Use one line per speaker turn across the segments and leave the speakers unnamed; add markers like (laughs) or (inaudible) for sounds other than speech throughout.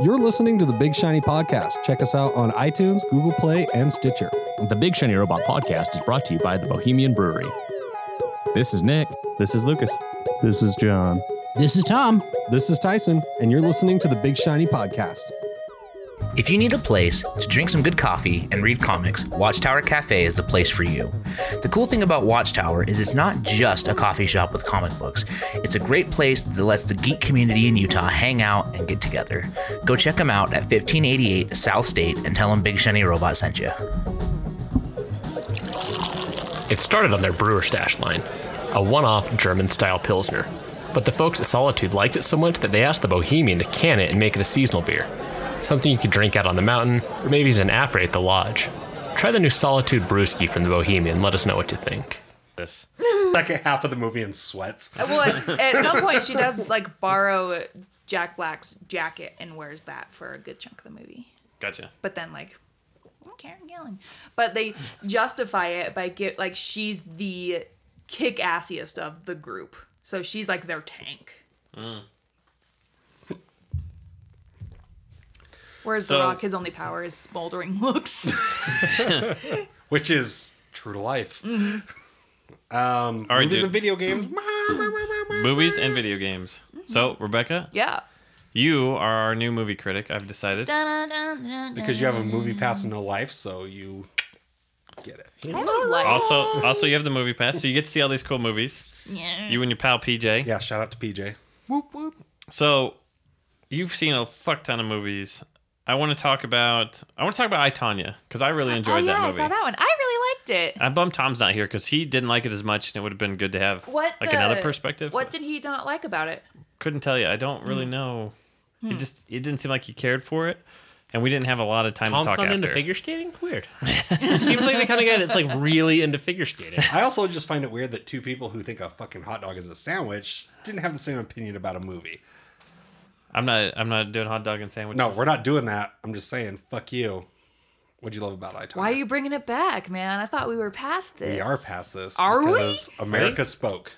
You're listening to the Big Shiny Podcast. Check us out on iTunes, Google Play, and Stitcher.
The Big Shiny Robot podcast is brought to you by the Bohemian Brewery. This is Nick.
This is Lucas.
This is John.
This is Tom.
This is Tyson, and you're listening to the Big Shiny Podcast.
If you need a place to drink some good coffee and read comics, Watchtower Cafe is the place for you. The cool thing about Watchtower is it's not just a coffee shop with comic books. It's a great place that lets the geek community in Utah hang out and get together. Go check them out at 1588 South State and tell them Big Shiny Robot sent you.
It started on their brewer stash line, a one off German style Pilsner. But the folks at Solitude liked it so much that they asked the Bohemian to can it and make it a seasonal beer. Something you could drink out on the mountain, or maybe as an apres at the lodge. Try the new Solitude Brewski from the Bohemian. Let us know what you think.
This.
second half of the movie in sweats.
Well, at- at some point she does like borrow Jack Black's jacket and wears that for a good chunk of the movie.
Gotcha.
But then like Karen Gillan, but they justify it by get like she's the kick assiest of the group, so she's like their tank. Whereas
So-
The Rock, his only power is smoldering (laughs) looks.
which is true to life. Um,
All right,
movies
dude.
and video games.
Movies and video games. So, Rebecca,
yeah.
you are our new movie critic, I've decided.
Because you have a movie pass and no life, so you get it.
I don't like-
Also, also you have the movie pass, so you get to see all these cool movies. You and your pal PJ.
Yeah, shout out to PJ.
So, you've seen a fuck ton of movies. I want to talk about I want to talk about I Tanya because I really
oh
enjoyed
yeah,
that
I
movie. Uh,
saw that one. I really liked it.
I'm bummed Tom's not here because he didn't like it as much, and it would have been good to have
What
like another
uh,
perspective.
What did Hmm. he not like about it?
couldn't tell you. I don't really know.
Hmm.
It just it didn't seem like he cared for it, and we didn't have a lot of time
Tom's
to talk
not
after.
into figure skating? Weird. (laughs) Seems like the kind of guy that's like really into figure skating.
I also just find it weird that two people who think a fucking hot dog is a sandwich didn't have the same opinion about a movie.
I'm not I'm not doing hot dog and sandwiches.
No, we're not doing that. I'm just saying, fuck you. What'd you love about I
Why are you bringing it back, man? I thought we were past this.
We are past this.
Are we?
because America
Right?
spoke.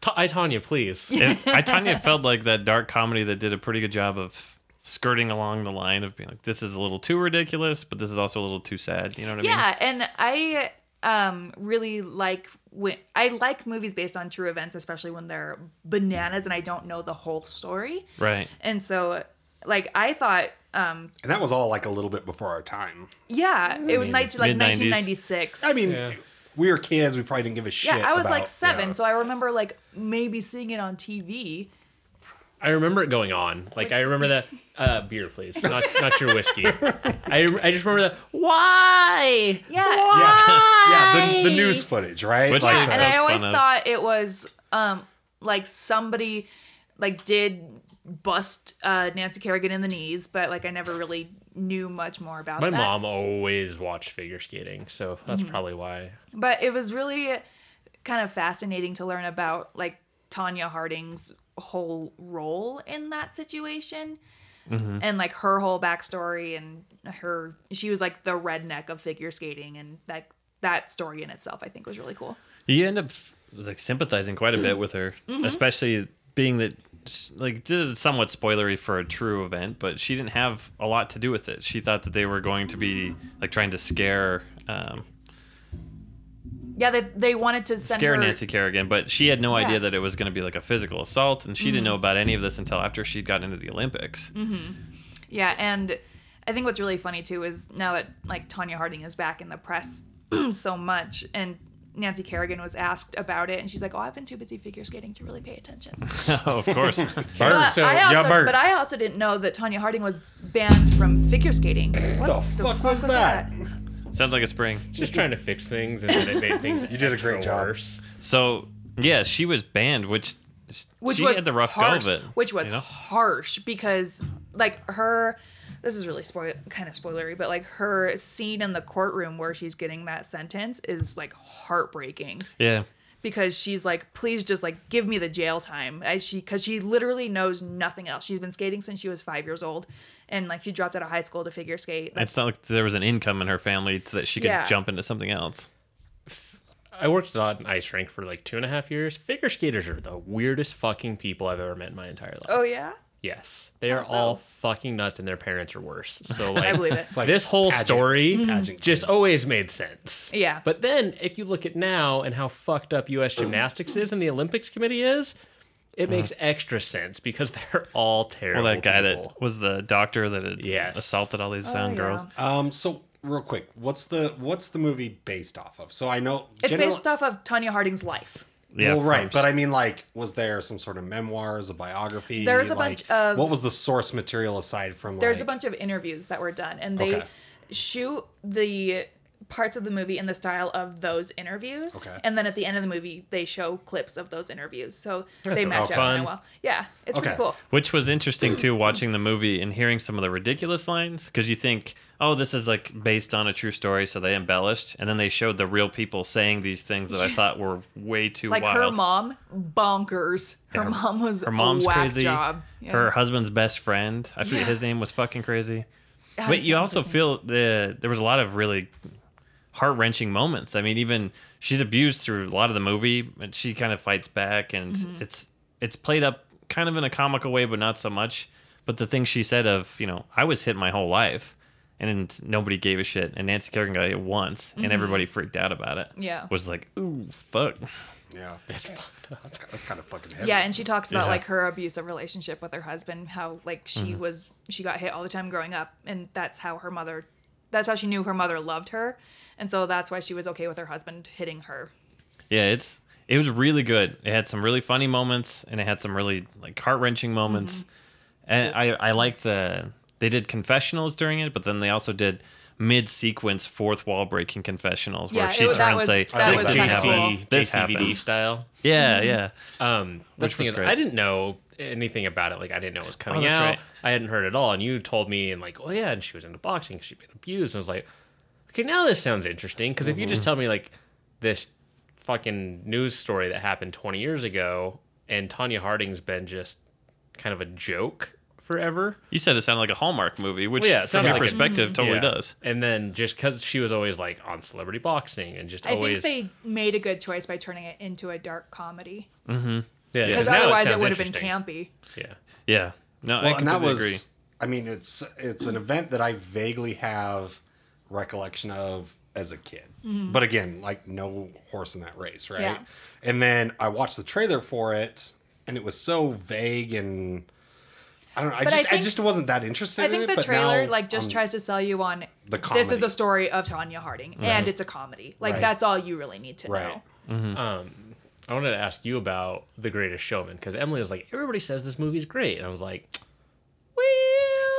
Ta- I Tanya, please.
(laughs)
It- I Tanya felt like that dark comedy that did a pretty good job of skirting along the line of being like this is a little too ridiculous, but this is also a little too sad. You know what I mean?
Yeah, and I um really like when I like movies based on true events, especially when they're bananas and I don't know the whole story.
Right. (laughs)
And so, like I thought, um
And that was all like a little bit before our time.
yeah, it was night, like
Mid-nineties.
1996.
I mean, we were kids. We probably didn't give a shit.
yeah, I was like
about-
seven,
yeah.
so I remember like maybe seeing it on TV.
I remember it going on. Like I remember that uh, beer, please, not not your whiskey. I, I just remember that. Why?
Yeah,
yeah, yeah the, the news footage, right?
Which
like,
they-
and
uh,
I
fun
always
of.
thought it was um like somebody like did bust uh, Nancy Kerrigan in the knees, but like I never really knew much more about
My
that. Mm-hmm.
mom always watched figure skating, so that's probably why.
But it was really kind of fascinating to learn about like Tanya Harding's whole role in that situation.
Mm-hmm.
And like her whole backstory and her she was like the redneck of figure skating and like that story in itself I think was really cool.
You end up like sympathizing quite a bit with her,
Mm-hmm.
especially being that like this is somewhat spoilery for a true event, but she didn't have a lot to do with it. She thought that they were going to be like trying to scare um,
Yeah, they, they wanted to send
scare
her
Nancy Kerrigan, but she had no
Yeah. Mm-hmm.
idea that it was going to be like a physical assault, and she didn't know about any of this until after she'd gotten into the Olympics.
Yeah, and I think what's really funny too is now that like Tanya Harding is back in the press (clears throat) so much and Nancy Kerrigan was asked about it and she's like, "Oh, I've been too busy figure skating to really pay attention."
oh, of
(laughs)
course.
But,
so-
I
yeah,
also,
Bert.
but I also didn't know that Tanya Harding was banned from figure skating. What
the fuck, was that?
Sounds like a spring.
Just trying to fix things, and then it made things.
You
(laughs)
did a great job.
Worse.
So yeah, she was banned, which
Which
she
was
had the rough
harsh,
go of it.
Which was
you know?
harsh because like her this is really spoil kind of spoilery, but like her scene in the courtroom where she's getting that sentence is like heartbreaking.
yeah.
because she's like, please just like give me the jail time. As she, because she literally knows nothing else. She's been skating since she was five years old, and like she dropped out of high school to figure skate.
It's not like there was an income in her family so that she could
Yeah.
jump into something else.
I worked at an ice rink for like two and a half years. Figure skaters are the weirdest fucking people I've ever met in my entire life.
oh yeah,
Yes, they are
How so?
all fucking nuts, and their parents are
(laughs)
worse. So like,
I believe
(laughs)
it.
like
this whole
pageant-
story
pageant
just
kids.
always made sense.
Yeah.
But then if you look at now and how fucked up U.S. gymnastics is and the Olympics Committee is, it makes extra sense because (laughs) they're all terrible.
Uh-huh. Well, that guy
people.
that was the doctor that had
Yes.
assaulted all these young
Oh, yeah.
girls.
Um, so real quick, what's the what's the movie based off of? So I know
It's
general-
based off of Tanya Harding's life.
Yeah,
well, right,
first.
but I mean, like, was there some sort of memoirs, a biography?
There's a
like,
bunch of-
What was the source material aside from?
There's
like,
a bunch of interviews that were done, and they
Okay.
shoot the parts of the movie in the style of those interviews.
Okay.
And then at the end of the movie, they show clips of those interviews. So they match up
fun.
kind of well. Yeah, it's
Okay.
pretty cool.
Which was interesting too, watching the movie and hearing some of the ridiculous lines, because you think, oh, this is like based on a true story, so they embellished, and then they showed the real people saying these things that I thought were way too
Like
wild.
her mom, bonkers. Her, mom was
her mom's
a whack
crazy.
job. Yeah.
Her husband's best friend, I forget his name, was fucking crazy.
I
But you
can't
also feel the there was a lot of really heart wrenching moments. I mean, even she's abused through a lot of the movie, and she kind of fights back, and
Mm-hmm.
it's it's played up kind of in a comical way, but not so much. But the thing she said of you know I was hit my whole life, and nobody gave a shit, and Nancy Kerrigan got hit once, and everybody freaked out about it.
Mm-hmm. Yeah.
was like ooh fuck.
Yeah, that's, that's, kind of fucking heavy.
Yeah, and she talks about
Yeah. Mm-hmm.
like her abusive relationship with her husband, how like she was she got hit all the time growing up, and that's how her mother, that's how she knew her mother loved her, and so that's why she was okay with her husband hitting her.
Yeah, it's it was really good. It had some really funny moments and it had some really like heart wrenching moments.
Mm-hmm.
And I I like the they did confessionals during it, but then they also did mid sequence fourth wall breaking confessionals where
Yeah,
she
it- that
turned and
was-
say
that
this
was
didn't
kinda
happen.
cool. Mm-hmm.
This
JCVD
happened.
style.
Yeah, yeah.
Um, that's
Which
the thing
was
is,
great. Oh,
I didn't know anything about it. Like, I didn't know it was coming
that's
out.
right.
I hadn't heard at all. And you told me, and like, oh yeah, and she was into boxing. 'cause She'd been abused. And I was like, okay, now this sounds interesting. Because if you
Mm-hmm.
just tell me like this fucking news story that happened 20 years ago, and Tanya Harding's been just kind of a joke forever.
You said it sounded like a Hallmark movie, which
Well, yeah, it
from
sounded
your
like a- Mm-hmm.
perspective totally
Yeah.
does.
And then just because she was always like on celebrity boxing and just
I
always
think they made a good choice by turning it into a dark comedy
yeah,
because
now
otherwise it
sounds
would have been
interesting.
campy.
Yeah.
Yeah. No, I
well, and that
completely
was.
agree.
I mean, it's it's an event that I vaguely have recollection of as a kid, but again, like no horse in that race, right?
Mm-hmm. Yeah.
And then I watched the trailer for it, and it was so vague and. I don't know. I
But I
just, I,
think-
just wasn't that interested.
I
in it,
think the
but
trailer
now
like just
I'm-
tries to sell you on
The
this is
comedy.
a story of Tanya Harding and it's a comedy. Like
Right.
that's all you really need to
Right.
know.
I wanted to ask you about The Greatest Showman because Emily was like, everybody says this movie's great, and I was like,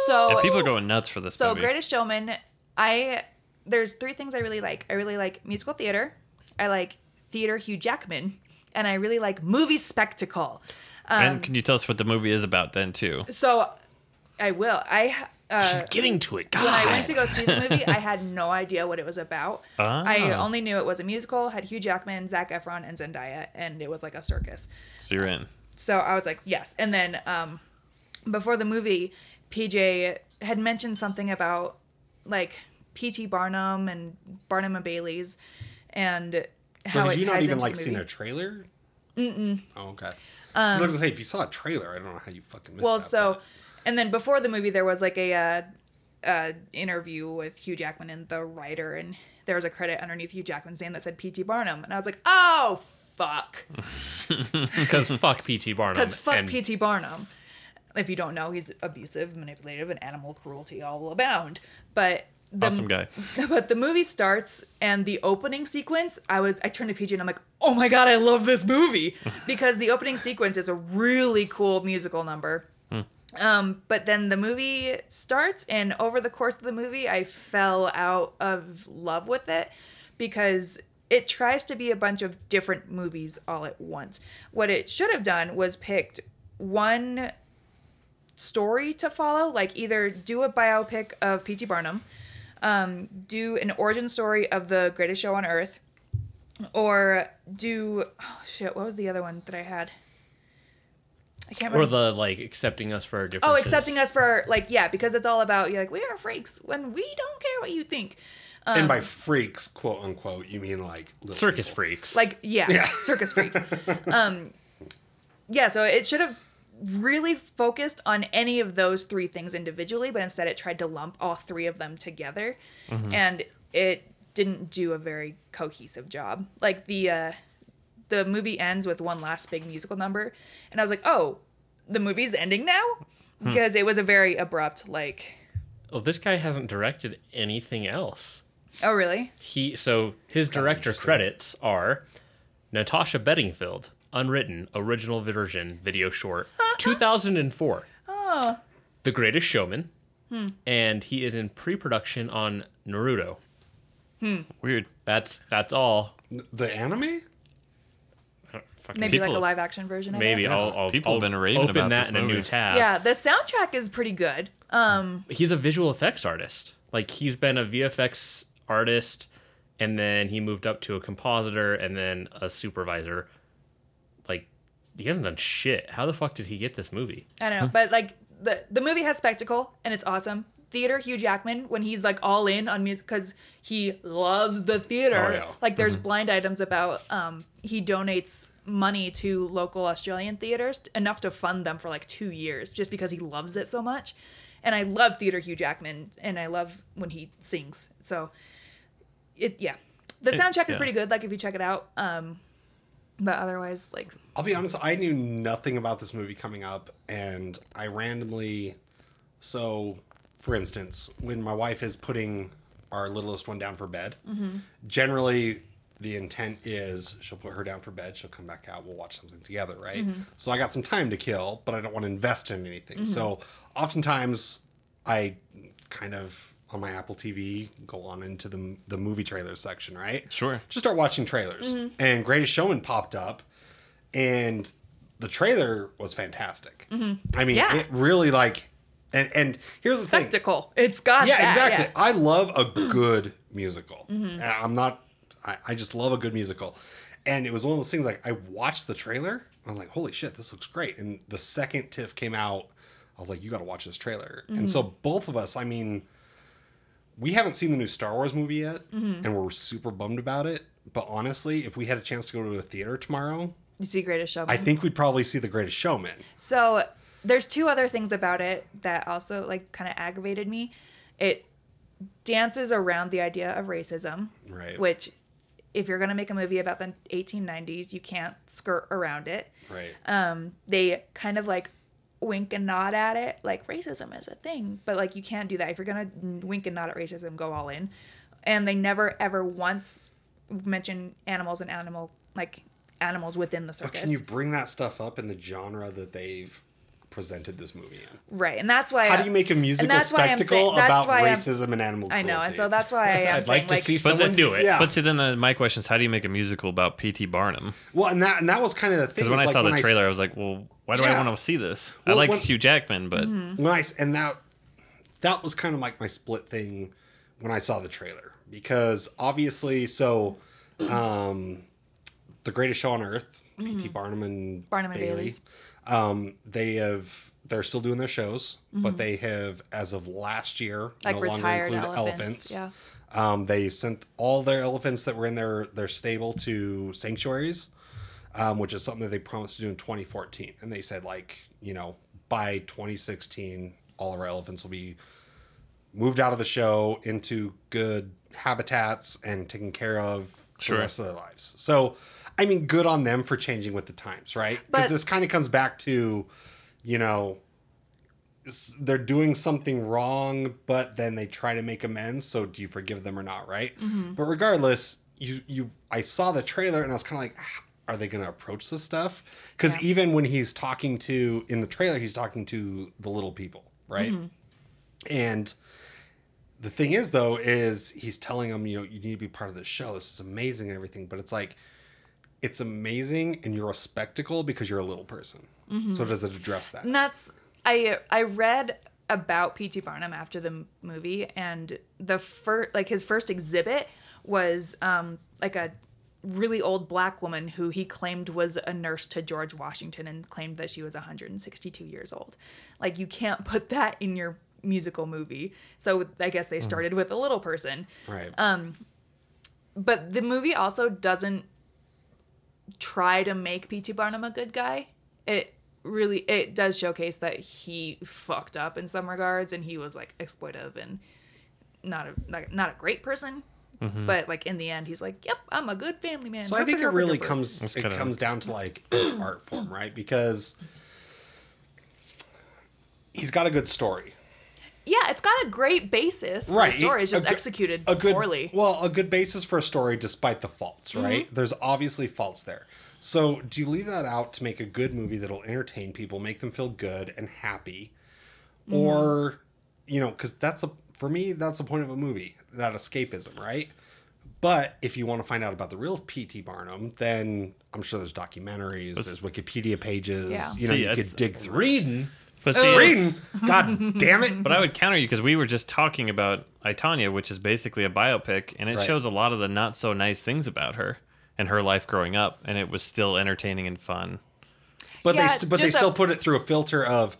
So
Yeah, people are going nuts for this
So
movie.
Greatest Showman, I there's three things I really like. I really like musical theater. I like theater Hugh Jackman, and I really like movie spectacle. um,
and can you tell us what the movie is about then too?
So I will. I uh,
getting to it,
when I went to go see the movie, I had no idea what it was about. I only knew it was a musical. Had Hugh Jackman, Zach Efron, and Zendaya, and it was like a circus.
So you're in.
So I was like, yes. And then um, before the movie, PJ had mentioned something about like P.T. Barnum and Barnum and Bailey's, and
So
how
have
it
you
ties
not even
into
like
the
seen
movie. Um,
a trailer? Mm-mm. Oh, okay. 'Cause I was gonna say if you saw a trailer, I don't know how you fucking missed
well,
that,
so
but-
and then before the movie, there was like a uh, uh, interview with Hugh Jackman and the writer, and there was a credit underneath Hugh Jackman's name that said P.T. Barnum, and I was like, oh fuck.
because fuck P.T. Barnum.
Because fuck
and
P.T. Barnum. If you don't know, he's abusive, manipulative, and animal cruelty all abound. But (laughs) the,
Awesome guy.
But the movie starts, and the opening sequence, I was I turned to PJ and I'm like, oh my god, I love this movie because the opening sequence is a really cool musical number. Um, but then the movie starts, and over the course of the movie, I fell out of love with it because it tries to be a bunch of different movies all at once. What it should have done was picked one story to follow, like either do a biopic of P.T. Barnum, um, do an origin story of the greatest show on earth, or do oh shit, what was the other one that I had? I can't
or
remember.
the like accepting us for our differences.
Oh, accepting us for like yeah, because it's all about you're like we are freaks when we don't care what you think.
and
um,
by freaks, quote unquote, you mean like little
circus
people.
(laughs)
freaks.
Like yeah, circus freaks. um, yeah, so it should have really focused on any of those three things individually, but instead it tried to lump all three of them together, and it didn't do a very cohesive job. Like the uh, the movie ends with one last big musical number, and I was like, oh, the movie's ending now because it was a very abrupt like.
Oh, this guy hasn't directed anything else.
Oh really?
He so his director credits are Natasha Bedingfield, unwritten original version video short, 2004. The Greatest Showman, and he is in pre-production on Naruto.
Weird.
That's that's all.
The anime?
Fucking
Maybe like a
People-
live action version. Of
Maybe
It.
I'll, I'll
People
I'll
have been raving
open
about
that
this
in a new
movie.
tab.
Yeah, the soundtrack is pretty good. Um,
he's a visual effects artist. Like he's been a VFX artist, and then he moved up to a compositor and then a supervisor. Like he hasn't done shit. How the fuck did he get this movie?
I don't know, but like the the movie has spectacle and it's awesome. Theater, Hugh Jackman, when he's like all in on music because he loves the theater.
Oh, yeah.
Like there's blind items about um he donates money to local Australian theaters enough to fund them for like two years just because he loves it so much. And I love theater Hugh Jackman and I love when he sings. So it yeah. The soundtrack is
yeah.
pretty good, like if you check it out. Um but otherwise, like
I'll be honest, I knew nothing about this movie coming up, and I randomly. So, for instance, when my wife is putting our littlest one down for bed, generally the intent is she'll put her down for bed, she'll come back out, we'll watch something together, right?
Mm-hmm.
So, I got some time to kill, but I don't want to invest in anything. So,
Mm-hmm.
oftentimes, I kind of on my Apple TV go on into the, the movie trailer section, right?
Sure.
Just start watching trailers.
Mm-hmm.
And Greatest Showman popped up and the trailer was fantastic. I mean,
Mm-hmm. Yeah.
it really like, and and here's the thing.
spectacle. It's got
Yeah,
(laughs) that,
exactly. I love a good musical. Uh, I'm not. I, I just love a good musical, and it was one of those things. Like I watched the trailer, and I was like, "Holy shit, this looks great!" And the second TIFF came out, I was like, "You got to watch this trailer." And so both of us, I mean, we haven't seen the new Star Wars movie yet, and we're super bummed about it. But honestly, if we had a chance to go to a theater tomorrow,
You see Greatest Showman.
I think we'd probably see The Greatest Showman.
So there's two other things about it that also like kind of aggravated me. It dances around the idea of racism,
Right.
which if you're going to make a movie about the 1890s, you can't skirt around it.
Right.
They kind of like wink and nod at it, like racism is a thing, but like you can't do that. If you're going to wink and nod at racism, go all in. And they never ever once mention animals and animal like animals within the circus.
Can you bring that stuff up in the genre that they've presented this movie in?
Right, and that's why.
How do you make a
and
musical
that's why I'm
spectacle
saying- that's
about
why I'm-
racism and animal
I
cruelty?
know, and so that's
(laughs)
why I am
I'd
saying
like to
like
see
But
someone
then-
do it.
Yeah.
But see, then uh, my question is, how do you make a musical about P.T. Barnum?
well, and that and that was kind of the thing.
Because when
is,
I
like,
saw the
s-
trailer, I, was like, well, why do
Yeah.
I want to see this?
Well,
I like
when-
Hugh Jackman, but
Mm-hmm.
when I s- and that that was kind of like my split thing when I saw the trailer because obviously, so um, the greatest show on earth, P.T. Barnum and
Mm-hmm. Barnum and
Bailey,
Bailey's.
um, they have they're still doing their shows, but they have as of last year
Mm-hmm. like
no longer
retired
include elephants.
elephants. Yeah,
Um, they sent all their elephants that were in their their stable to sanctuaries, um, which is something that they promised to do in 2014. And they said like you know by 2016 all of our elephants will be moved out of the show into good habitats and taken care of for the rest of their lives. So I mean, good on them for changing with the times, right? Because
But-
this kind of comes back to you know s- they're doing something wrong, but then they try to make amends. So do you forgive them or not? Right. But regardless, you you I saw the trailer and I was kind of like, "Ah, are they going to approach this stuff? Because
Yeah.
even when he's talking to in the trailer, he's talking to the little people, right? And the thing is, though, is he's telling them, you know, you need to be part of the show. This is amazing and everything, but it's like. It's amazing, and you're a spectacle because you're a little person. So does it address that?
and that's I I read about P.T. Barnum after the m- movie, and the first like his first exhibit was um like a really old black woman who he claimed was a nurse to George Washington and claimed that she was 162 years old. Like you can't put that in your musical movie. So I guess
Mm.
they started with a little person.
Right.
but the movie also doesn't try to make P.T. Barnum a good guy. It really it does showcase that he fucked up in some regards and he was like exploitive and not a like not a great person. But like in the end, he's like, "Yep, I'm a good family man."
So I think it
Herper, herper,
really
herper.
comes it
kinda-
comes down to like (clears throat) art form, right? Because he's got a good story.
Yeah, it's got a great basis. For
Right,
The story is
a
just
good-
executed
a good
poorly. Mm-hmm.
well a good basis for a story despite the faults right there's obviously faults there so do you leave that out to make a good movie that'll entertain people make them feel good and happy
Mm-hmm.
or you know because that's a for me that's the point of a movie that escapism right but if you want to find out about the real pt barnum then i'm sure there's documentaries there's wikipedia pages
Yeah.
you know
See,
you
I
could
th-
dig through
Reading.
But
(laughs)
see,
reading god damn it
But I would counter you because we were just talking about Itanya, which is basically a biopic, and it
Right.
shows a lot of the not so nice things about her and her life growing up, and it was still entertaining and fun.
But
Yeah,
they st- but they
just a-
still put it through a filter of.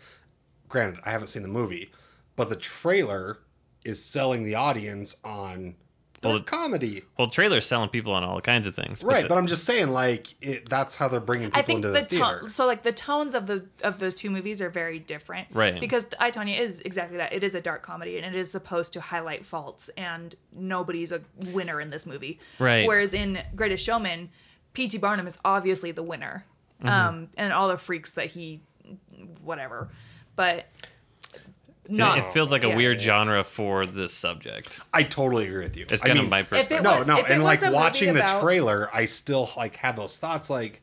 Granted, I haven't seen the movie, but the trailer is selling the audience on dark
Well,
comedy,
Well, trailers selling people on all kinds of things.
right?
the-
But I'm just saying, like, it, that's how they're bringing people
I think
into
the,
the, theater.
tone, so like the tones of the of those two movies are very different,
Right.
Because I Tonya is exactly that. It is a dark comedy, and it is supposed to highlight faults, and nobody's a winner in this movie,
Right.
Whereas in Greatest Showman, P.T. Barnum is obviously the winner, um, and all the freaks that he, whatever, but not.
it, it feels like a
yeah.
weird genre for this subject.
I totally agree with you.
It's
I
kind of
mean,
my
If it
perspective.
no,
was-
no,
if it
and
was
like
a movie
watching the
about-
trailer, I still like had those thoughts like.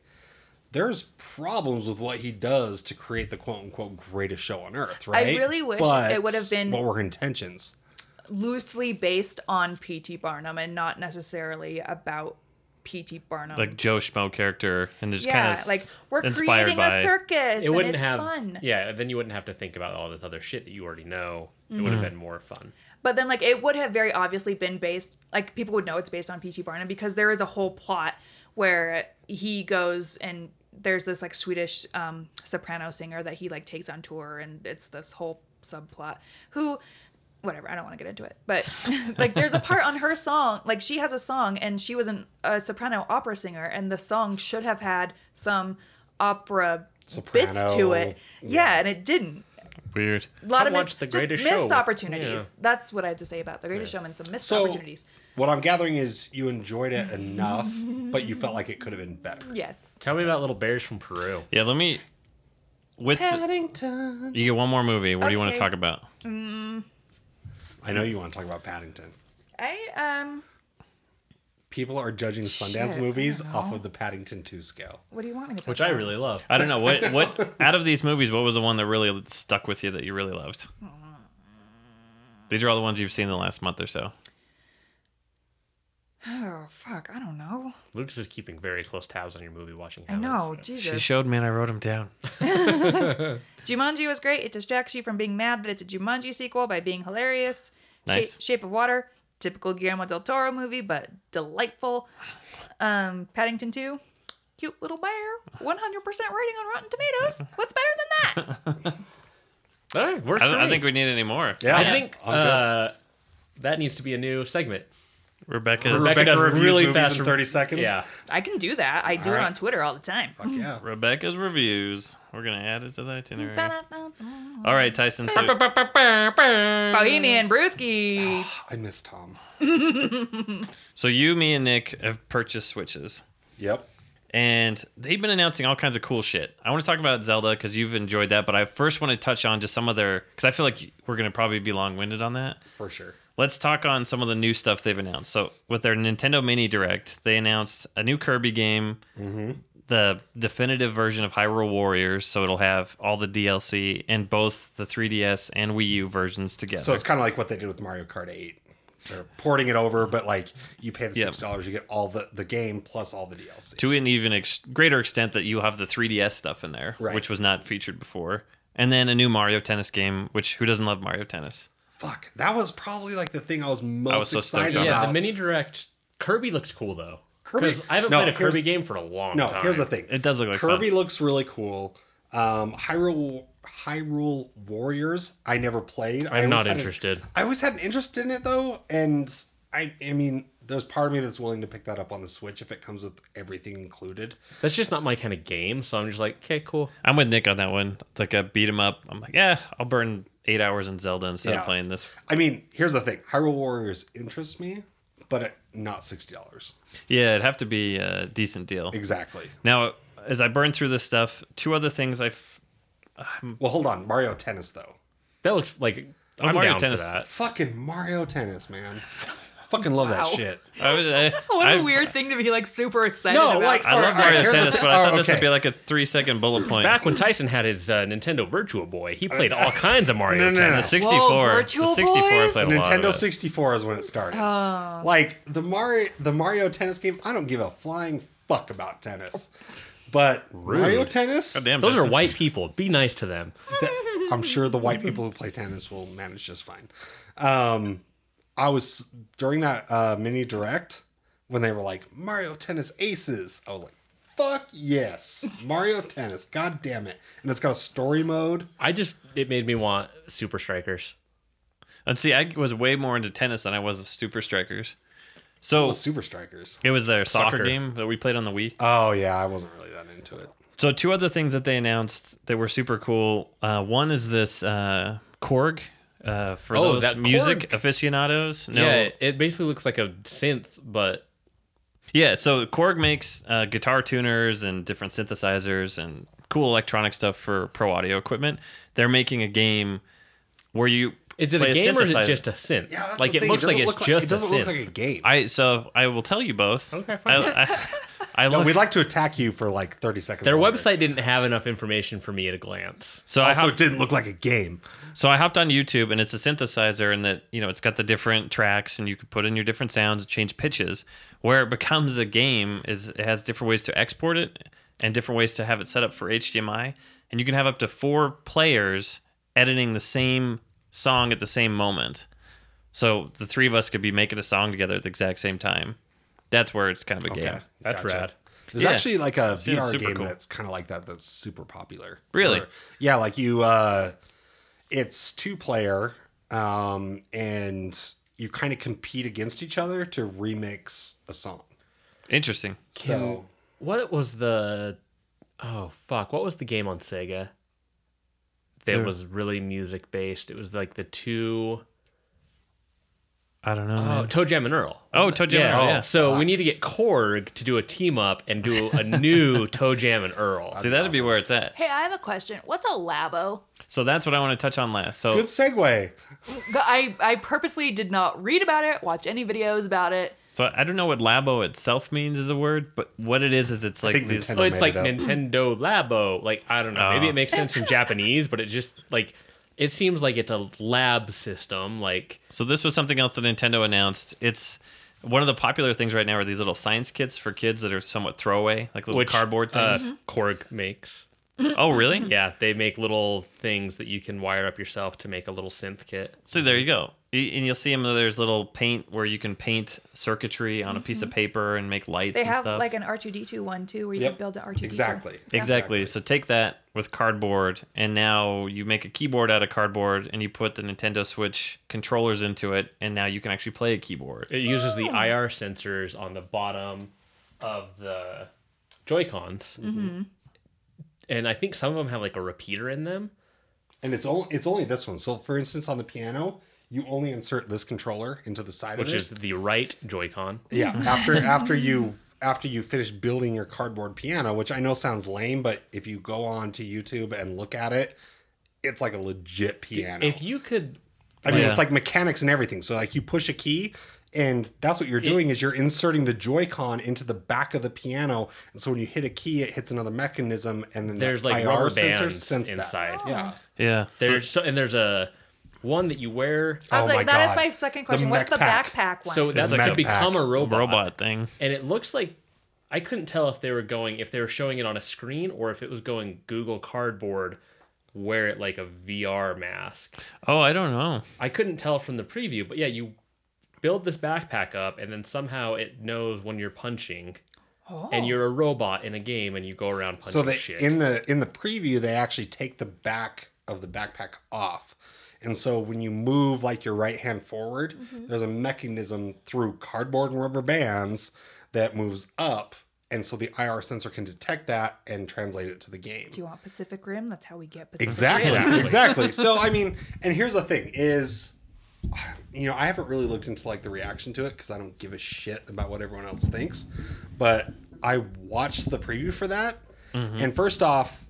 There's problems with what he does to create the quote unquote greatest show on earth, right?
really wish
But
it would have been-
what were her intentions.
loosely based on P.T. Barnum, and not necessarily about P.T. Barnum.
like Joe Schmo character, and just
yeah,
kind of
like we're
inspired
creating
by
a circus.
It wouldn't
and it's
have.
fun.
Yeah, then you wouldn't have to think about all this other shit that you already know. It would have been more fun.
But then, like, it would have very obviously been based, like, people would know it's based on P.T. Barnum because there is a whole plot where he goes and there's this, like, Swedish um, soprano singer that he, like, takes on tour, and it's this whole subplot who, whatever, I don't want to get into it. But, (laughs) like, there's a part on her song, like, she has a song, and she was an, a soprano opera singer, and the song should have had some opera bits to
Soprano,
it. yeah, and it didn't
weird.
a lot
Come
of mis-
watch The
just
Greatest Show
missed
with-
opportunities.
yeah.
That's what I have to say about the Greatest Showman. Some missed
So,
opportunities.
What I'm gathering is you enjoyed it enough, but you felt like it could have been better.
Yes,
Tell me about Little Bears from Peru.
Yeah, let me. With Paddington, you get one more movie. What do you want to
Okay.
talk about?
I know you want to talk about Paddington.
I um.
People are judging Sundance
Shit, I
movies
don't
off
know.
of the Paddington 2 scale.
What do you want me to talk
Which I
about?
really love.
I don't know what what out of these movies, what was the one that really stuck with you that you really loved? These are all the ones you've seen in the last month or so.
Oh fuck! I don't know.
Lucas is keeping very close tabs on your movie watching.
I know. Jesus.
She showed me, and I wrote them down.
Jumanji was great. It distracts you from being mad that it's a Jumanji sequel by being hilarious. Sha-
Nice.
Shape of Water, typical Guillermo del Toro movie, but delightful. Um, Paddington Two, cute little bear, one hundred percent rating on Rotten Tomatoes. What's better than that?
All right, we're
I, don't, I
free.
think we need any more.
Yeah,
I think
I'm good.
uh, that needs to be a new segment.
Rebecca's
Rebecca
does
reviews
really
movies
fast
in
re-
30 seconds.
Yeah,
(laughs) I can do that. I do
All
it
right.
on Twitter all the time.
Fuck yeah.
Rebecca's reviews. We're gonna add it to the itinerary.
Da-da-da-da.
All right, Tyson. So
Bohemian Brewski.
I miss Tom.
So you, me, and Nick have purchased Switches,
Yep.
and they've been announcing all kinds of cool shit. I want to talk about Zelda because you've enjoyed that, but I first want to touch on just some of their because I feel like we're gonna probably be long winded on that.
For sure.
Let's talk on some of the new stuff they've announced. So with their Nintendo Mini Direct, they announced a new Kirby game, the definitive version of Hyrule Warriors. So it'll have all the DLC and both the 3DS and Wii U versions together.
So it's kind of like what they did with Mario Kart 8. They're porting it over, but like you pay the
Yep.
$6, you get all the, the game plus all the DLC.
to an even ex- greater extent that you have the 3DS stuff in there,
Right.
which was not featured before. And then a new Mario Tennis game, which who doesn't love Mario Tennis?
Fuck. That was probably like the thing I was most
was so stoked
excited
on
about.
that.
yeah. The mini direct Kirby looks cool though.
Kirby-
Because I haven't
No,
played a Kirby
here's-
game for a long
No,
time.
here's the thing.
It does look like
Kirby
fun.
looks really cool. Um, Hyrule Hyrule Warriors. I never played. I
I'm
always
not
had an-
interested.
I always had an interest in it though, and I I mean there's part of me that's willing to pick that up on the Switch if it comes with everything included.
That's just not my kind of game, so I'm just like, okay, cool.
I'm with Nick on that one. Like I beat him up. I'm like, yeah, I'll burn eight hours in Zelda instead
Yeah.
of playing this.
I mean, here's the thing: Hyrule Warriors interests me, but at not sixty dollars
Yeah, it'd have to be a decent deal.
exactly.
Now, as I burn through this stuff, two other things I f-
Well, hold on, Mario Tennis though.
That looks like
Oh,
I'm
Mario
down
Tennis.
for that.
Fucking Mario Tennis, man. Fucking love
Wow.
that shit.
I was- I-
(sighs) (laughs) What a
I've-
weird thing to be like super excited
No,
about.
like
I love
Alright,
Mario
here's the
Tennis,
thing-
but I thought
oh,
this
okay.
would be like a three-second bullet point.
Back when Tyson had his uh, Nintendo Virtual Boy, he played all kinds of
(laughs)
Mario
Uh, no, no.
the
Tennis.
64,
Whoa,
the
Virtual
64 I
Boys?
played a lot of
Nintendo
it.
64 is when it started. Like the Mario the Mario Tennis game, I don't give a flying fuck about tennis. But Mario Tennis,
Goddamn,
Those are
Justin.
white people. Be nice to them.
that- I'm sure the white people who play tennis will manage just fine. Um, I was during that uh, mini direct when they were like Mario Tennis Aces. I was like, fuck yes, Mario Tennis. God damn it! And it's got a story mode.
I just it made me want Super Strikers.
And see, I was way more into tennis than I was the Super Strikers. So
Oh, Super Strikers.
it was their soccer,
Soccer.
game that we played on the Wii.
Oh yeah, I wasn't really that into it.
So two other things that they announced that were super cool. Uh, one is this uh, Korg uh, for
Oh,
those
that
music
Korg.
aficionados. No,
Yeah,
yeah.
it, it basically looks like a synth, but
So Korg makes uh, guitar tuners and different synthesizers and cool electronic stuff for pro audio equipment. They're making a game where you
is it
play
a game or is it
synthesizer.
just a synth?
Yeah, that's
like
the
it
thing.
looks like
doesn't
it's
look
just
it
a
doesn't
synth.
look like a game.
I so I will tell you both.
Okay, fine.
I, I,
(laughs)
I
No,
looked-
we'd like to attack you for like 30 seconds.
Their
longer.
website didn't have enough information for me at a glance.
so I
also
hopped-
it didn't look like a game.
So I hopped on YouTube and it's a synthesizer and that you know it's got the different tracks and you can put in your different sounds and change pitches. Where it becomes a game is it has different ways to export it and different ways to have it set up for HDMI and you can have up to four players editing the same song at the same moment. So the three of us could be making a song together at the exact same time. That's where it's kind of a game.
That's rad.
There's
Yeah.
actually like a
Yeah, it's
VR
super
game
cool.
that's kind of like that that's super popular.
Really?
Where- yeah, like you uh it's two player um and you kind of compete against each other to remix a song.
Interesting.
so
What was the oh fuck? What was the game on Sega that was really music based? It was like the two
I don't know.
oh,
man.
Toe Jam and Earl.
Oh, Toe Jam and Earl, yeah.
So we need to get Korg to do a team up and do a
(laughs)
new Toe Jam and Earl.
See, that'd be where it's at.
hey, I have a question. What's a labo?
So that's what I want to touch on last. So
good segue.
G- I I purposely did not read about it, watch any videos about it.
So I don't know what labo itself means as a word, but what it is is it's like
think
these.
Nintendo-
Oh, it's like
made it
Nintendo Labo. Like I don't know. Maybe
Oh.
it makes sense in Japanese, but it just like it seems like it's a lab system. Like
So this was something else that Nintendo announced. It's one of the popular things right now are these little science kits for kids that are somewhat throwaway, like little
which
cardboard
uh,
things.
Korg makes.
oh, really?
(laughs) Yeah, they make little things that you can wire up yourself to make a little synth kit.
So there you go. Y- And you'll see them. There's little paint where you can paint circuitry on a piece of paper and make lights
Mm-hmm. They
and
have
stuff.
like an R2D2 one too, where you
Yep.
can build an R2D2.
Exactly.
Exactly. So take that with cardboard, and now you make a keyboard out of cardboard, and you put the Nintendo Switch controllers into it, and now you can actually play a keyboard.
It uses
Oh.
the IR sensors on the bottom of the Joy Cons,
Mm-hmm.
and I think some of them have like a repeater in them.
And it's only it's only this one. So for instance on the piano, you only insert this controller into the side
Which
of it.
is the right Joy-Con.
Yeah, (laughs) after after you after you finish building your cardboard piano, which I know sounds lame, but if you go on to YouTube and look at it, it's like a legit piano.
If you could
I mean,
Yeah.
it's like mechanics and everything. So like you push a key and that's what you're doing is is you're inserting the Joy-Con into the back of the piano, and so when you hit a key, it hits another mechanism, and then
there's
the
like
IR
rubber
sensor
bands
sense that. Oh.
inside.
Yeah,
Yeah. So-
There's so, and there's a one that you wear.
I was
Oh
like,
my
that
God.
is my second question.
The
What's the
backpack.
backpack one?
So that's
a
to
backpack.
become a robot.
robot thing.
And it looks like I couldn't tell if they were going if they were showing it on a screen or if it was going Google Cardboard, wear it like a VR mask.
Oh, I don't know.
I couldn't tell from the preview, but yeah, you build this backpack up and then somehow it knows when you're punching. And you're a robot in a game, and you go around punching
Oh. So they
shit.
in the in the preview, they actually take the back of the backpack off, And so when you move like your right hand forward, there's a mechanism through cardboard and rubber bands that moves up. And so the IR sensor can detect that and translate it to the game.
Do you want Pacific Rim? That's how we get Pacific
Exactly.
Rim.
Exactly. So I mean, and here's the thing is you know, I haven't really looked into like the reaction to it cuz I don't give a shit about what everyone else thinks, but I watched the preview for that. And first off,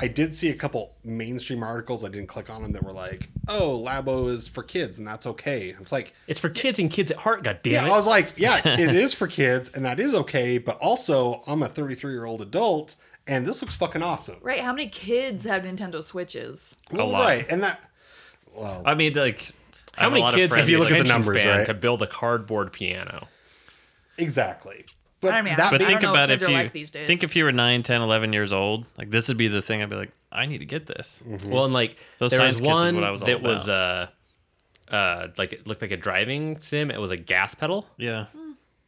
I did see a couple mainstream articles I didn't click on them that were like, "Oh, Labo is for kids and that's okay." It's like
It's for kids and kids at heart. God damn
yeah,
it!
I was like, yeah, (laughs) it is for kids and that is okay, but also I'm a 33-year-old adult and this looks fucking awesome.
Right? How many kids have Nintendo Switches?
Well,
lot.
Right. And that
I mean, like,
How
I have a
many
lot of
kids have
friends
you
look
look
at
at
the
the
numbers, right?
to build a cardboard piano?
Exactly. But
I mean,
that
I
But
being,
don't
think
know what
about
kids
if
are
you
like these days.
think if you were 9, 10, 11 years old, like this would be the thing I'd be like, I need to get this.
Well, and like
Mm-hmm. Those
there
science
was
kits is
one
what I was all
that was uh, uh, like it looked like a driving sim. It was a gas pedal.
Yeah.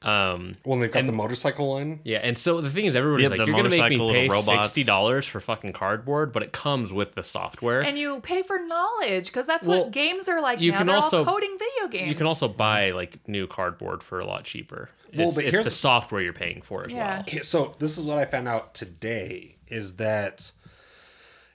Um,
when they've got the motorcycle one,
yeah, and so the thing is, everybody's
Yep,
like,
the
"You're gonna make
motorcycle,
me
the
pay
robots.
sixty dollars for fucking cardboard," but it comes with the software.
and you pay for knowledge because that's
Well,
what games are like
you
now.
can
They're
also-
all coding video games.
you can also buy like new cardboard for a lot cheaper.
Well,
it's,
but
it's
here's
the
the-
software you're paying for as
Yeah. Oh
well.
Okay, so this is what I found out today is that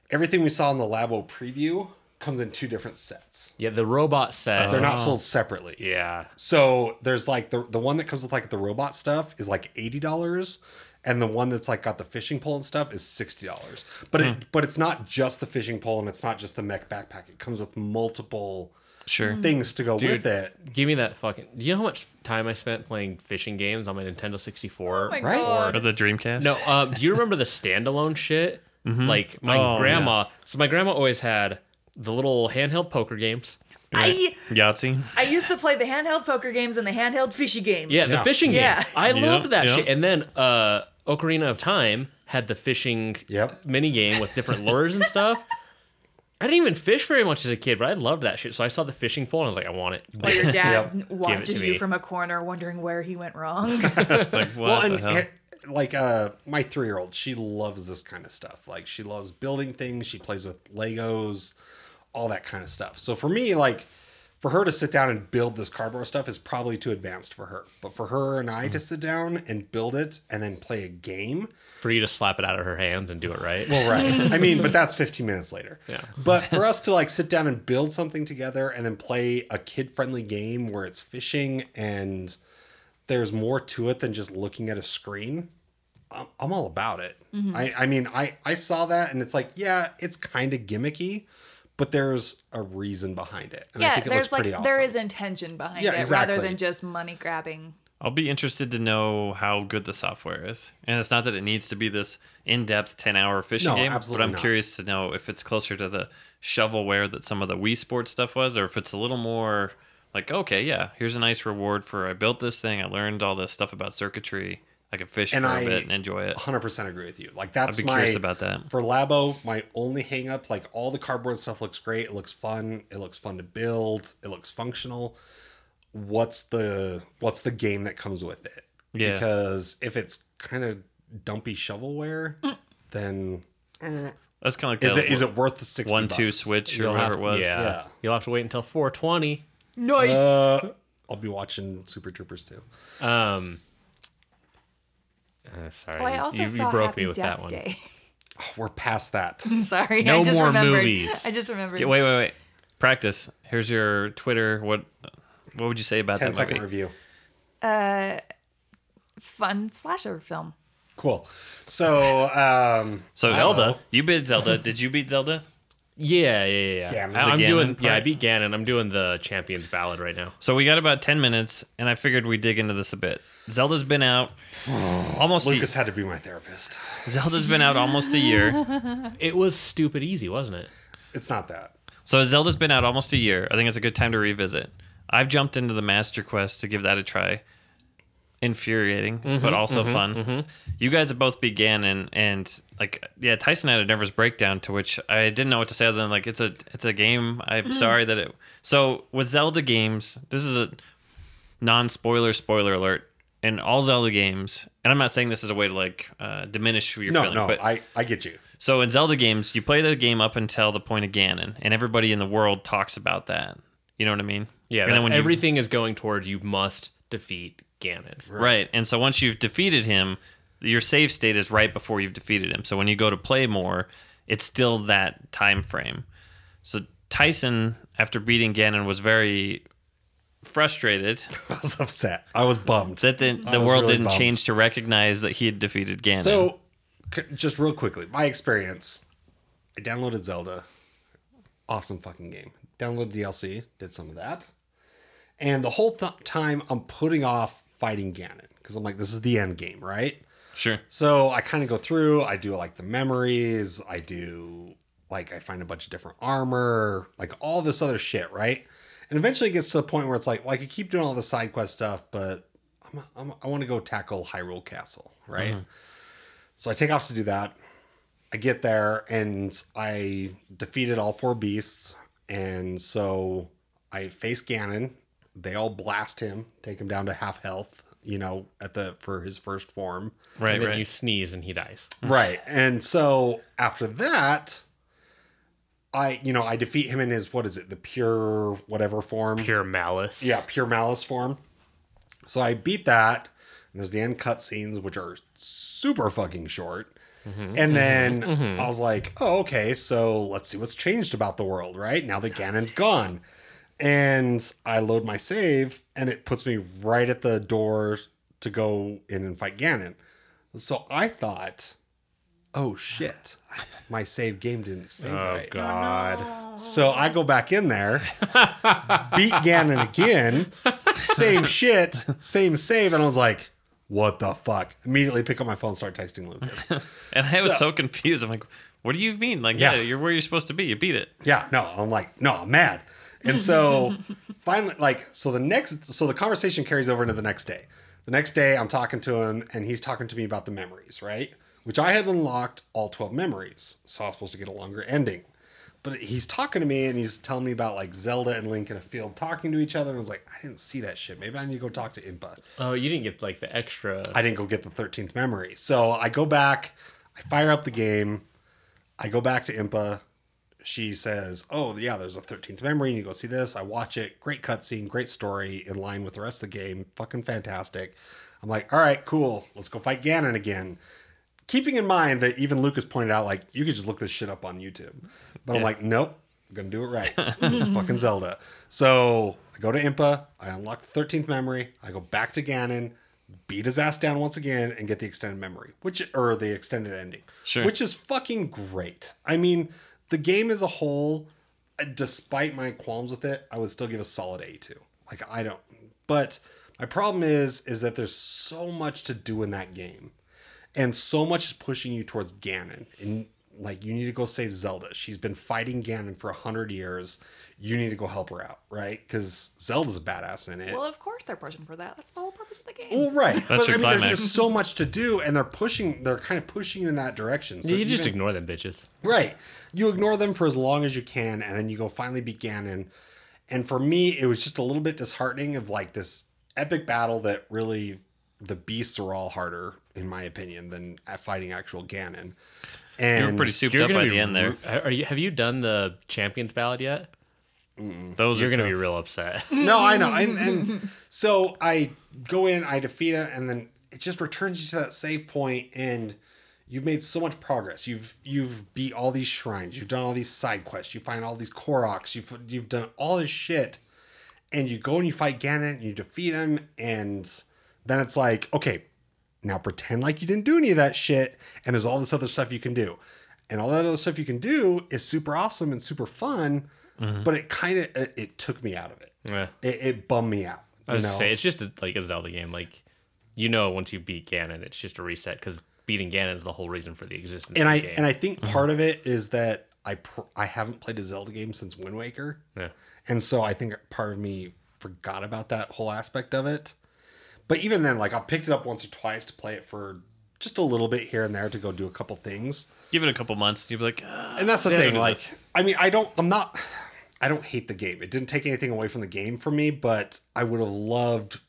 everything we saw in the Labo preview comes in two different sets.
Yeah, the robot set.
They're not sold separately.
Yeah,
So there's like the the one that comes with like the robot stuff is like eighty dollars, and the one that's like got the fishing pole and stuff is sixty dollars. But it but it's not just the fishing pole and it's not just the mech backpack. It comes with multiple
Sure.
things to go with it.
give me that fucking. Do you know how much time I spent playing fishing games on my Nintendo 64?
Oh my
Right.
God.
Or the Dreamcast.
No, um, do you remember the standalone shit? Like my
Oh,
grandma. So my grandma always had the little handheld poker games.
I
Yahtzee.
I used to play the handheld poker games and the handheld fishy games.
Yeah, the fishing game.
Yeah.
I
Yeah,
loved that
yeah.
shit. And then uh, Ocarina of Time had the fishing
Yep.
mini game with different lures and stuff. I didn't even fish very much as a kid, but I loved that shit. So I saw the fishing pole and I was like, I want it. (laughs)
While your dad
Yep.
Give
watches
it to
you
me.
from a corner, wondering where he
(laughs)
went wrong.
It's like, what
well
the
and
hell?
he- like uh my three-year-old she loves this kind of stuff like she loves building things she plays with legos all that kind of stuff so for me like for her to sit down and build this cardboard stuff is probably too advanced for her but for her and i
Mm-hmm.
to sit down and build it and then play a game
For you to slap it out of her hands and do it right.
well
(laughs)
right i mean but that's 15 minutes later
Yeah.
but for us to like sit down and build something together and then play a kid-friendly game where it's fishing and there's more to it than just looking at a screen i'm, I'm all about it
Mm-hmm.
I, I mean I, I saw that and it's like yeah it's kind of gimmicky but there's a reason behind it and i
yeah,
think it
there's
looks
like
pretty awesome
there is intention behind
Yeah,
it
exactly.
rather than just money grabbing.
I'll be interested to know how good the software is. And it's not that it needs to be this in depth 10 hour fishing
No,
game, but
absolutely
I'm
not.
curious to know if it's closer to the shovelware that some of the Wii Sports stuff was, or if it's a little more like, okay, yeah, here's a nice reward for I built this thing, I learned all this stuff about circuitry, I can fish
And
for a
I-
bit and enjoy it.
100% agree with you like that's
I'd be
my
curious about that.
for labo my only hang up like all the cardboard stuff looks great it looks fun it looks fun to build it looks functional what's the what's the game that comes with it
Yeah.
because if it's kind of dumpy shovelware then
That's kind of like
is
the
it is it worth the 60
one two
bucks?
switch or
You'll
whatever
have-
it was.
Yeah.
Yeah.
You'll have to wait until 420.
Nice.
uh, i'll be watching super troopers too
Um, uh, sorry,
oh, I also
you,
saw
you broke
Happy
me with
Death
that one.
Day. (laughs)
we're past that
I'm sorry.
No
I just
more
remembered.
movies.
I just remembered.
Yeah, wait, wait, wait. Practice. Here's your Twitter. What what would you say about
10
that
second
movie?
review
Fun slasher film.
cool so um
So
Zelda.
You beat
(laughs)
Zelda. Did you beat Zelda?
Yeah, yeah, yeah. yeah.
Ganon.
I- I'm
The Ganon
doing. Yeah, I
part?
beat Ganon. I'm doing the Champions Ballad right now.
So we got about 10 minutes, and I figured we'd dig into this a bit. Zelda's
(sighs)
been out almost a,
lucas had to be my therapist
Zelda's been out almost
(laughs)
a year.
It was stupid easy, wasn't it?
it's not that
So Zelda's been out almost a year. I think it's a good time to revisit. I've jumped into the Master Quest to give that a try. Infuriating,
Mm-hmm,
but also fun. You guys have both began and and like yeah, Tyson had a nervous breakdown to which I didn't know what to say other than like it's a it's a game.
Mm-hmm.
I'm sorry that it. So with Zelda games, this is a non spoiler spoiler alert in all Zelda games, and I'm not saying this is a way to like uh, diminish your
no
feeling,
no
but (laughs)
i i get you
So in Zelda games, you play the game up until the point of Ganon, and everybody in the world talks about that. You know what I mean?
Yeah,
And
that's-
when you-
everything is going towards you must defeat Ganon.
Right. And so once you've defeated him, your save state is right before you've defeated him. So when you go to play more, it's still that time frame. So Tyson, after beating Ganon, was very frustrated (laughs)
I was upset. I was bummed.
that the, the
was
world
really
didn't
bummed.
change to recognize that he had defeated Ganon.
So, c- just real quickly, my experience. I downloaded Zelda. Awesome fucking game. Downloaded DLC, did some of that. And the whole th- time I'm putting off fighting Ganon because I'm like, this is the end game, right?
sure.
So I kind of go through, I do like the memories, I do like I find a bunch of different armor, like all this other shit, right? And eventually it gets to the point where it's like, well, I could keep doing all the side quest stuff, but I'm, I'm, I want to go tackle Hyrule Castle, right? So I take off to do that. I get there and I defeated all four beasts. And so I face Ganon. They all blast him, take him down to half health, you know, at the for his first form.
Right,
and then
right.
you sneeze and he dies.
Right. (laughs) And so after that, I, you know, I defeat him in his, what is it, the pure whatever form?
Pure malice.
Yeah, pure malice form. So I beat that. And there's the end cutscenes, which are super fucking short.
Mm-hmm.
And then I was like, oh, okay, so let's see what's changed about the world, right? Now that Ganon's gone. And I load my save, and it puts me right at the door to go in and fight Ganon. So I thought, oh shit, my save game didn't save
Oh
right.
God.
So I go back in there, beat Ganon again, same shit, same save, and I was like, what the fuck? Immediately pick up my phone, start texting Lucas.
And I was so confused. I'm like, what do you mean? Like, yeah,
Yeah.
you're where you're supposed to be. You beat it.
Yeah, no, I'm like, no, I'm mad. And so finally, like, so the next, so the conversation carries over into the next day. The next day, I'm talking to him, and he's talking to me about the memories, right? Which I had unlocked all 12 memories. So I was supposed to get a longer ending. But he's talking to me, and he's telling me about like Zelda and Link in a field talking to each other. And I was like, I didn't see that shit. Maybe I need to go talk to Impa.
Oh, you didn't get like the extra.
I didn't go get the 13th memory. So I go back, I fire up the game, I go back to Impa. She says, Oh, yeah, there's a 13th memory. And you go see this. I watch it. Great cutscene, great story in line with the rest of the game. Fucking fantastic. I'm like, All right, cool. Let's go fight Ganon again. Keeping in mind that even Lucas pointed out, like, you could just look this shit up on YouTube. But I'm like, Nope, I'm going to do it right. it's fucking Zelda. So I go to Impa. I unlock the 13th memory. I go back to Ganon beat his ass down once again and get the extended memory, which or the extended ending,
Sure.
which is fucking great. I mean, the game as a whole, uh, despite my qualms with it, I would still give a solid A two. Like I don't, but my problem is is that there's so much to do in that game, and so much is pushing you towards Ganon and. Like you need to go save Zelda. She's been fighting Ganon for a hundred years. You need to go help her out, right? Because Zelda's a badass in it.
Well, of course they're pushing for that. That's the whole purpose of the game.
Well, right. but
your
I mean,
climax.
there's just so much to do, and they're pushing. They're kind of pushing you in that direction. So
you just
even-
ignore them bitches.
right. You ignore them for as long as you can, and then you go finally beat Ganon. And for me, it was just a little bit disheartening of like this epic battle that really the beasts are all harder, in my opinion, than at fighting actual Ganon. And
You were pretty souped
You're
up
gonna
by
be
the end
ru-
there.
Are you? Have you done the champions ballot yet?
Those
You're
are
gonna be
tough.
real
(laughs)
upset.
No, I know. And, and so I go in, I defeat it, and then it just returns you to that save point, and you've made so much progress. You've you've beat all these shrines, you've done all these side quests, you find all these Koroks, you've you've done all this shit, and you go and you fight Ganon, and you defeat him, and then it's like, okay, now pretend like you didn't do any of that shit, and there's all this other stuff you can do. And all that other stuff you can do is super awesome and super fun, but it kind of it, it took me out of it
Mm-hmm. Yeah.
it, it bummed me out.
I
You
was
know?
just say it's just a, like a Zelda game. Like you know, once you beat Ganon, it's just a reset because beating Ganon is the whole reason for the existence.
and
of
I
the game.
and I think part of it is that I pr- I haven't played a Zelda game since Wind Waker,
yeah.
and so I think part of me forgot about that whole aspect of it. But even then, like I picked it up once or twice to play it for just a little bit here and there to go do a couple things.
Give it a couple months, and you'll be like, "Ah."
and that's the
Yeah,
thing
it
like
is.
i mean i don't i'm not i don't hate the game it didn't take anything away from the game for me but i would have loved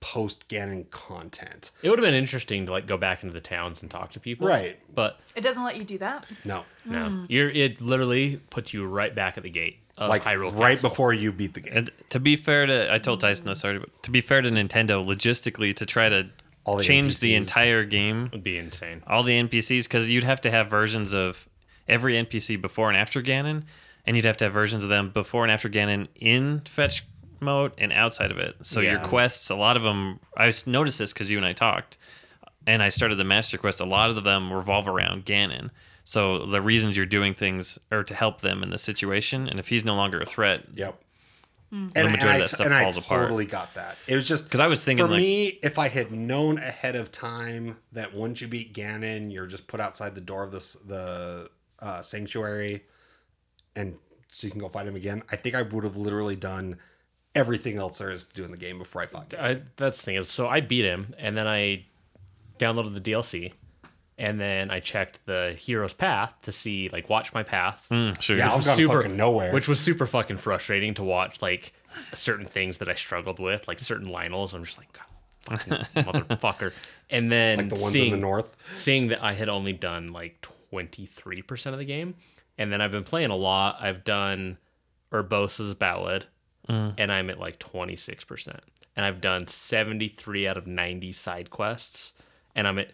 post Ganon content.
It would have been interesting to like go back into the towns and talk to people.
Right.
But
It doesn't let you do that.
No.
no. You're it literally puts you right back at the gate of
Like
Hyrule
right
Castle.
before you beat the game.
And to be fair to, I told Tyson this already, but to be fair to Nintendo, logistically to try to
All the
change the
NPCs.
entire game,
would be insane.
all the NPCs, because you'd have to have versions of every NPC before and after Ganon, and you'd have to have versions of them before and after Ganon in fetch mode and outside of it. So your
Yeah.
quests, a lot of them, I s- noticed this because you and I talked, and I started the master quest. A lot of them revolve around Ganon. So the reasons you're doing things are to help them in the situation, and if he's no longer a threat,
Yep. And,
majority
and I,
of that stuff
and I
falls apart.
totally got that. It was just
'Cause I was thinking,
for
like-
me, if I had known ahead of time that once you beat Ganon, you're just put outside the door of this the uh, sanctuary, and so you can go fight him again. I think I would have literally done everything else there is to do in the game before I fought Ganon.
I, that's the thing is, so I beat him, and then I downloaded the DLC, and then I checked the hero's path to see, like, watch my path,
sure.
yeah, I've
was
gone fucking nowhere.
which was super fucking frustrating to watch, like certain things that I struggled with, like certain Lionels. I'm just like, God, fucking motherfucker. And then
like the ones
seeing,
in the north.
seeing that I had only done like 23% of the game, and then I've been playing a lot. I've done Urbosa's Ballad,
Mm.
and I'm at like 26%. And I've done 73 out of 90 side quests, and I'm at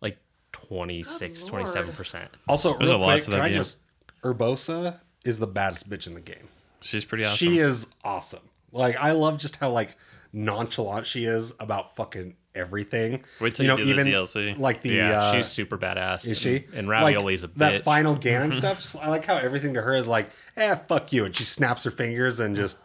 like 26,
Good lord.
27%.
Also,
There's
real
a lot
quick,
to that
can I
game.
just Urbosa is the baddest bitch in the game.
She's pretty awesome.
She is awesome. Like I love just how like nonchalant she is about fucking everything.
Wait till you do the DLC.
Like the
Yeah,
uh,
she's super badass.
is she
And, and Ravioli's
like,
a bitch.
that final Ganon
Mm-hmm.
stuff. Just, I like how everything to her is like, eh, fuck you, and she snaps her fingers and just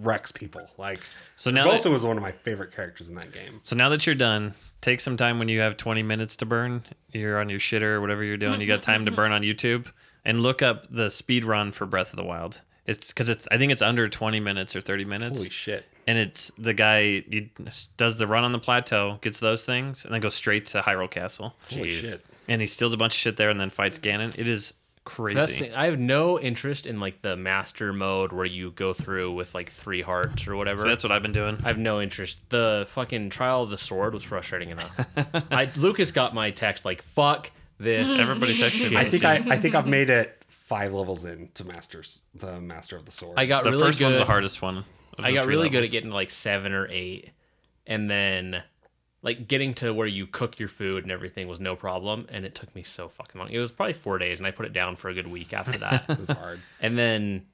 wrecks people. Like
So now
Urbosa
that-
was one of my favorite characters in that game.
So now that you're done, take some time when you have 20 minutes to burn. You're on your shitter or whatever you're doing. You got time to burn on YouTube and look up the speed run for Breath of the Wild. It's because it's, I think it's under 20 minutes or 30 minutes.
Holy shit!
And it's the guy he does the run on the plateau, gets those things, and then goes straight to Hyrule Castle.
Holy shit!
And he steals a bunch of shit there and then fights Ganon. It is crazy.
That's the- I have no interest in like the master mode where you go through with like three hearts or whatever.
so that's what I've been doing.
I have no interest. The fucking trial of the sword was frustrating enough.
(laughs)
I Lucas got my text like fuck this.
Everybody texts me.
I think I, I think
(laughs)
I've made it five levels in to masters the master of the sword.
I got
the
really
first
good.
one's the hardest one. of the
I got
three
really good
levels.
at getting to, like seven or eight, and then like getting to where you cook your food and everything was no problem. And it took me so fucking long. It was probably four days, and I put it down for a good week after that.
(laughs)
it's hard.
And then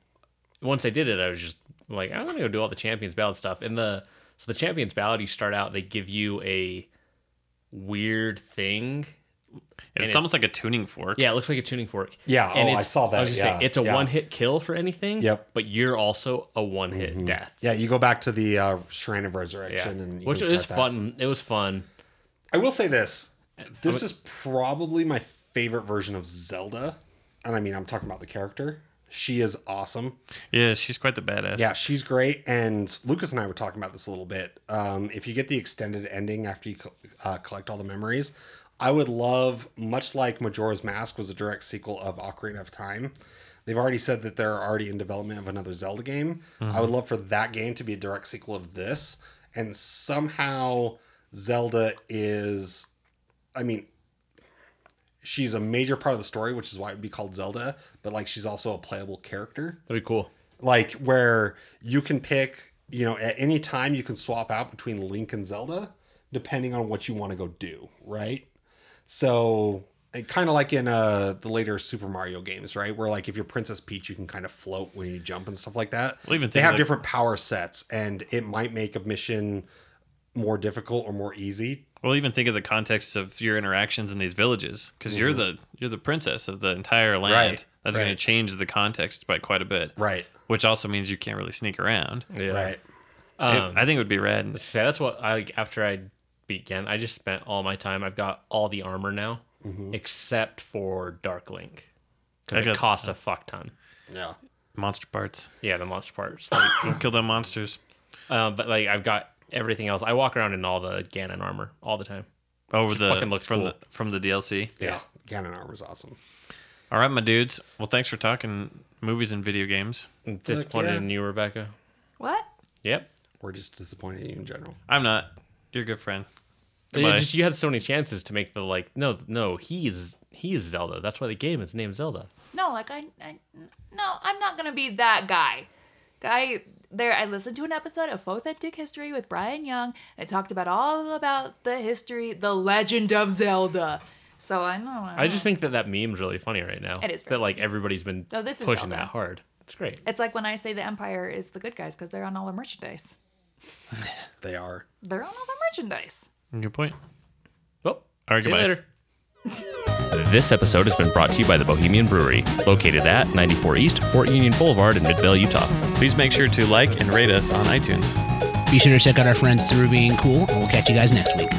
once I did it, I was just like, I'm gonna go do all the champions ballad stuff. And the so the champions ballad, you start out, they give you a weird thing.
It's,
and
almost like a tuning fork.
Yeah, it looks like a tuning fork.
Yeah, oh, I
it's-
saw that,
was just saying,
yeah,
it's a
yeah.
one hit kill for anything.
Yep.
But you're also a one hit death.
Yeah, you go back to the uh, Shrine of
Yeah.
Resurrection, and you
Which
can
is
start that.
fun. It was fun.
I will say this: this is probably my favorite version of Zelda, and I mean, I'm talking about the character. She is awesome.
Yeah, she's quite the badass.
Yeah, she's great. And Lucas and I were talking about this a little bit. Um, if you get the extended ending after you co- uh, collect all the memories, I would love, much like Majora's Mask was a direct sequel of Ocarina of Time. They've already said that they're already in development of another Zelda game. I would love for that game to be a direct sequel of this. And somehow Zelda is, I mean, she's a major part of the story, which is why it would be called Zelda, but like she's also a playable character
That'd be cool.
like where you can pick you know at any time you can swap out between link and zelda depending on what you want to go do right so kind of like in uh the later super mario games right where like if you're princess peach you can kind of float when you jump and stuff like that
Well, even
they
things
have
like-
different power sets and it might make a mission more difficult or more easy
Well, even think of the context of your interactions in these villages, because you're the you're the princess of the entire land.
Mm-hmm. Right,
That's going to
right.
change the context by quite a bit.
right
Which also means you can't really sneak around.
Yeah. Um,
right
It- I think it would be rad.
So that's what I after I beat Gen, I just spent all my time. I've got all the armor now,
Mm-hmm.
except for Dark Link. 'Cause
I
it
got-
cost a fuck ton.
yeah
Monster parts.
Yeah, the monster parts.
(laughs)
Like,
Kill them monsters.
uh, but like I've got everything else. I walk around in all the Ganon armor all the time.
Over Oh, the
fucking looks
from
cool.
the from the DLC.
yeah, ganon armor's awesome
All right, my dudes. Well, thanks for talking movies and video games.
I'm disappointed
yeah.
in you, Rebecca.
What?
Yep.
or just disappointed in you in general?
I'm not. You're a good friend.
You,
Goodbye.
just, you had so many chances to make the like. No, no, he's he's Zelda. That's why the game is named Zelda.
No, like I, I no, I'm not gonna be that guy. Guy there I listened to an episode of Authentic History with Brian Young and talked about all about the history, the legend of Zelda. So I know
I just think that that meme's really funny right now.
It is very
that like everybody's been
No, this is
pushing
Zelda.
that hard. It's great.
it's like when I say the Empire is the good guys because they're on all the merchandise.
They are.
They're on all the merchandise.
Good point.
Well,
All right,
see you
goodbye.
later.
This episode has been brought to you by the Bohemian Brewery, located at 94 East, Fort Union Boulevard in Midvale, Utah.
Please make sure to like and rate us on iTunes.
Be sure to check out our friends through being cool, and we'll catch you guys next week.